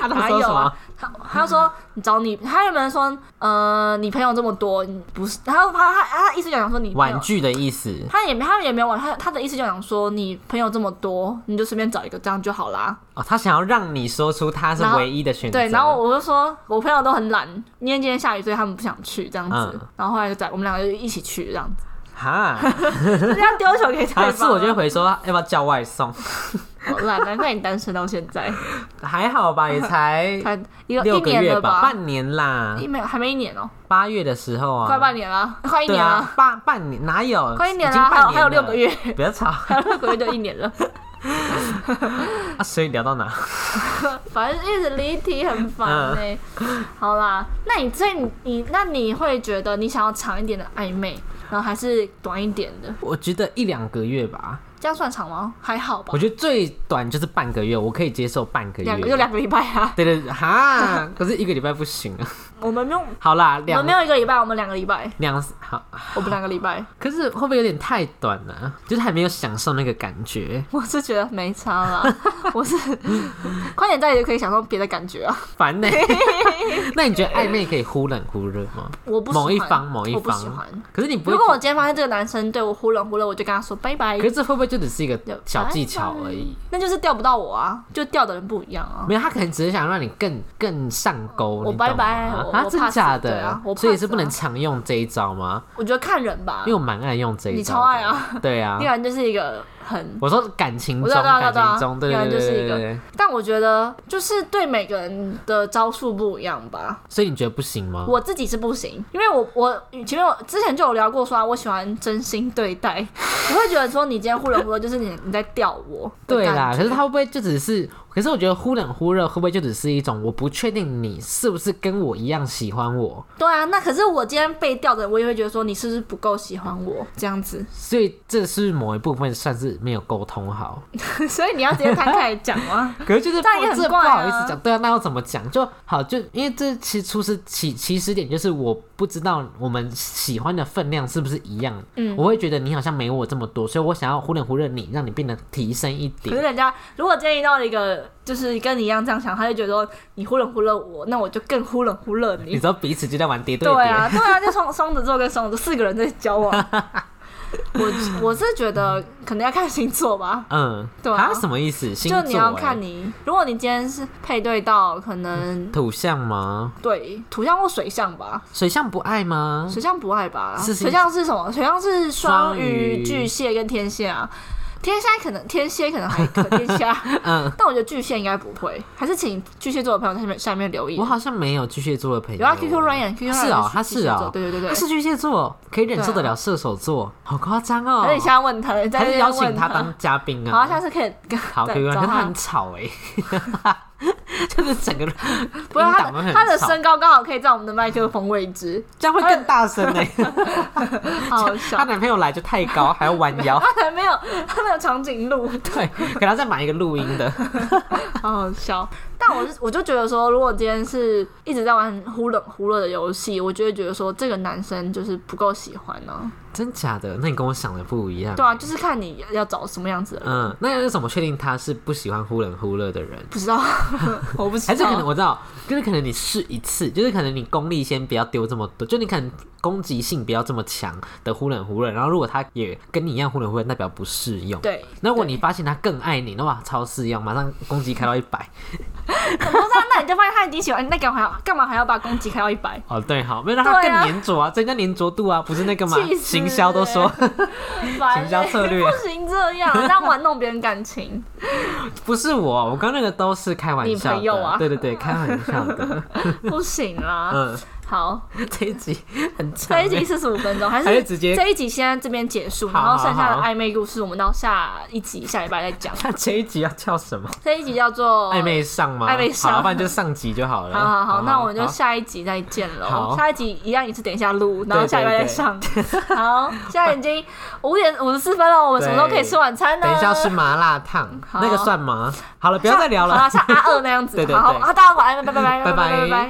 他。！他哪说有什么啊？ 他他就说你找你，他原本说呃你朋友这么多，你不是，然后他他他意思就想说你朋友婉拒的意思。他也没，他们也没有玩，他他的意思就想说，你朋友这么多，你就随便找一个这样就好啦。哦，他想要让你说出他是然后唯一的选择。对，然后我就说，我朋友都很懒，因为今天下雨，所以他们不想去这样子。嗯然后后来就在我们两个就一起去这样 子，哈，就这样丢球给对他方。是我就会回说要不要叫外送， 好懒，难怪你单身到现在，还好吧，也 才才一个六一个年月了半年啦一，没有还没一年哦、八月的时候啊，快半年了，快一对年了，啊，半半年哪有？快一年已经了，还有半年还有六个了，月，不要吵 啊！还有六个月就一年了。 所以聊到哪？反正一直离题很烦嗯呢、好啦，那你这你你那你会觉得你想要长一点的暧昧，然后还是短一点的？我觉得一两个月吧，这样算长吗？还好吧我，觉得最短就是半个月，我可以接受半个月。两个就两个礼拜啊。对对对哈， 可是一个礼拜不行 啊。我们没有，好啦，我们两没有一个礼拜，我们两个礼拜，两好，我们两个礼拜，可是会不会有点太短了、就是还没有享受那个感觉。我是觉得没差 啦。我是快点在一起就可以享受别的感觉啊。烦 呢、 那你觉得暧昧可以忽冷忽热吗？我不喜欢某一方某一我方，不喜欢。可是你不会如果我今天发现这个男生对我忽冷忽热，我就跟他说拜拜觉得，可。是这会不会就只是一个就小技巧而已？，那就是钓不到我啊，就钓的人不一样啊。没有，他可能只是想让你更更上钩。我你懂吗拜拜我啊，我真怕的死假对的？啊我怕所以是死不能啊常用这一招吗？我觉得看人吧因为，我蛮爱用这一招。你超爱！啊，对啊依，然就是一个很，我说感情我知中，道知道感知道情中，对依对然对就是对一个对。但我觉得就是对每个人的招数不一样吧。所以你觉得不行吗？我自己是不行，因为我我前面我之前就有聊过说、啊，我喜欢真心对待， 我会觉得说你今天忽冷忽热，就是你你在吊我。对啦，，可是他会不会就只是？可是我觉得忽冷忽热会不会就只是一种我不确定你是不是跟我一样喜欢我，对啊，那可是我今天被吊的，我也会觉得说你是不是不够喜欢我这样子， 所以这是某一部分算是没有沟 通好。所以你要直接摊开来讲吗？可是就是这样也很不这不怪啊好意思讲，对啊，那要怎么讲就好？就因为这其实初始起起始点就是我不知道我们喜欢的分量是不是一样，嗯我会觉得你好像没我这么多，所以我想要忽冷忽热你，让你变得提升一可是点。人家如果今天遇到了一个就是跟你一样这样想，他就觉得说你忽冷忽热我，那我就更忽冷忽热你你。知道彼此就在玩叠对叠叠，啊，对啊，就双双子座跟双子座四个人在交往。我我是觉得可能要看星座吧，嗯，对啊啊，什么意思？ 星座就你要欸看你，如果你今天是配对到可能土象吗？对土象或水象吧，水象不爱吗？水象不爱吧？嗯是水象是什么？水象是双双鱼、鱼巨蟹跟天蝎啊。天蝎可能天蝎可能 还可天蝎啊，嗯但我觉得巨蟹应该不会，还是请巨蟹座的朋友在下面下面留言我。好像没有巨蟹座的朋友。有啊，QQ Ryan，QQ Ryan 是哦，他巨蟹是座哦，对对对对啊他。是巨蟹座，可以忍受得了射手座，好夸张哦还是。你现在问他，你在还这是边邀请问他当嘉宾好啊，啊？下次可以跟 好对，QQ，找 Ryan，他他很，吵哎， 就是整个 不是音他档都的很他的吵身高刚好可以在我们的麦克风位置，这样会更大声 哎。 好她笑。男朋友来就太高，还要弯 腰，他还没有他没有长颈鹿，对，给他再买一个录音的。好好笑。但我是我就觉得说，如果今天是一直在玩忽冷忽热的游戏，我就会觉得说这个男生就是不够喜欢呢、真假的？那你跟我想的不一样对。啊，就是看你要找什么样子的人。嗯，那要怎么确定他是不喜欢忽冷忽热的人？不知道， 我不知道。还是可能我知道，就是可能你试一次，就是可能你功力先不要丢这么多，就你可能攻击性不要这么强的忽冷忽热。然后如果他也跟你一样忽冷忽热，代表不适用。对，那如果你发现他更爱你，那哇，超适用，马上攻击开到一百。对，不是啊，那你就发现他已经喜欢，那干嘛还要干嘛还要把攻击开到一百？哦，对，好，没有让他对更啊粘着啊，增加粘着度啊，不是那 个嘛气，死行销都说行行销策略不行这样，这样玩弄别人感情。不是我，我刚刚那个都是开玩你笑的，朋友啊对对对，开玩笑的，不行啦。嗯，好，这一集很长这欸，一集四十五分钟，还还是是直接这一集先在这边结束，好然好后剩下的好暧昧故事我们到下一集下礼拜再讲。那这一集要叫什么？这一集叫做暧。昧上吗？哦暧昧上好，不然就上集就好了。好好好，那我们就好下一集再见喽好。下一集一样也是等一下录，然后下礼拜再 上。好，现在已经五点五十四分了，我们什么时候可以吃晚餐呢？ 等一下吃麻辣烫，好那个算吗？好了，不要再聊好了啦，。像阿二那样子。 对对对好，好，大家晚安，拜拜拜拜拜拜拜拜。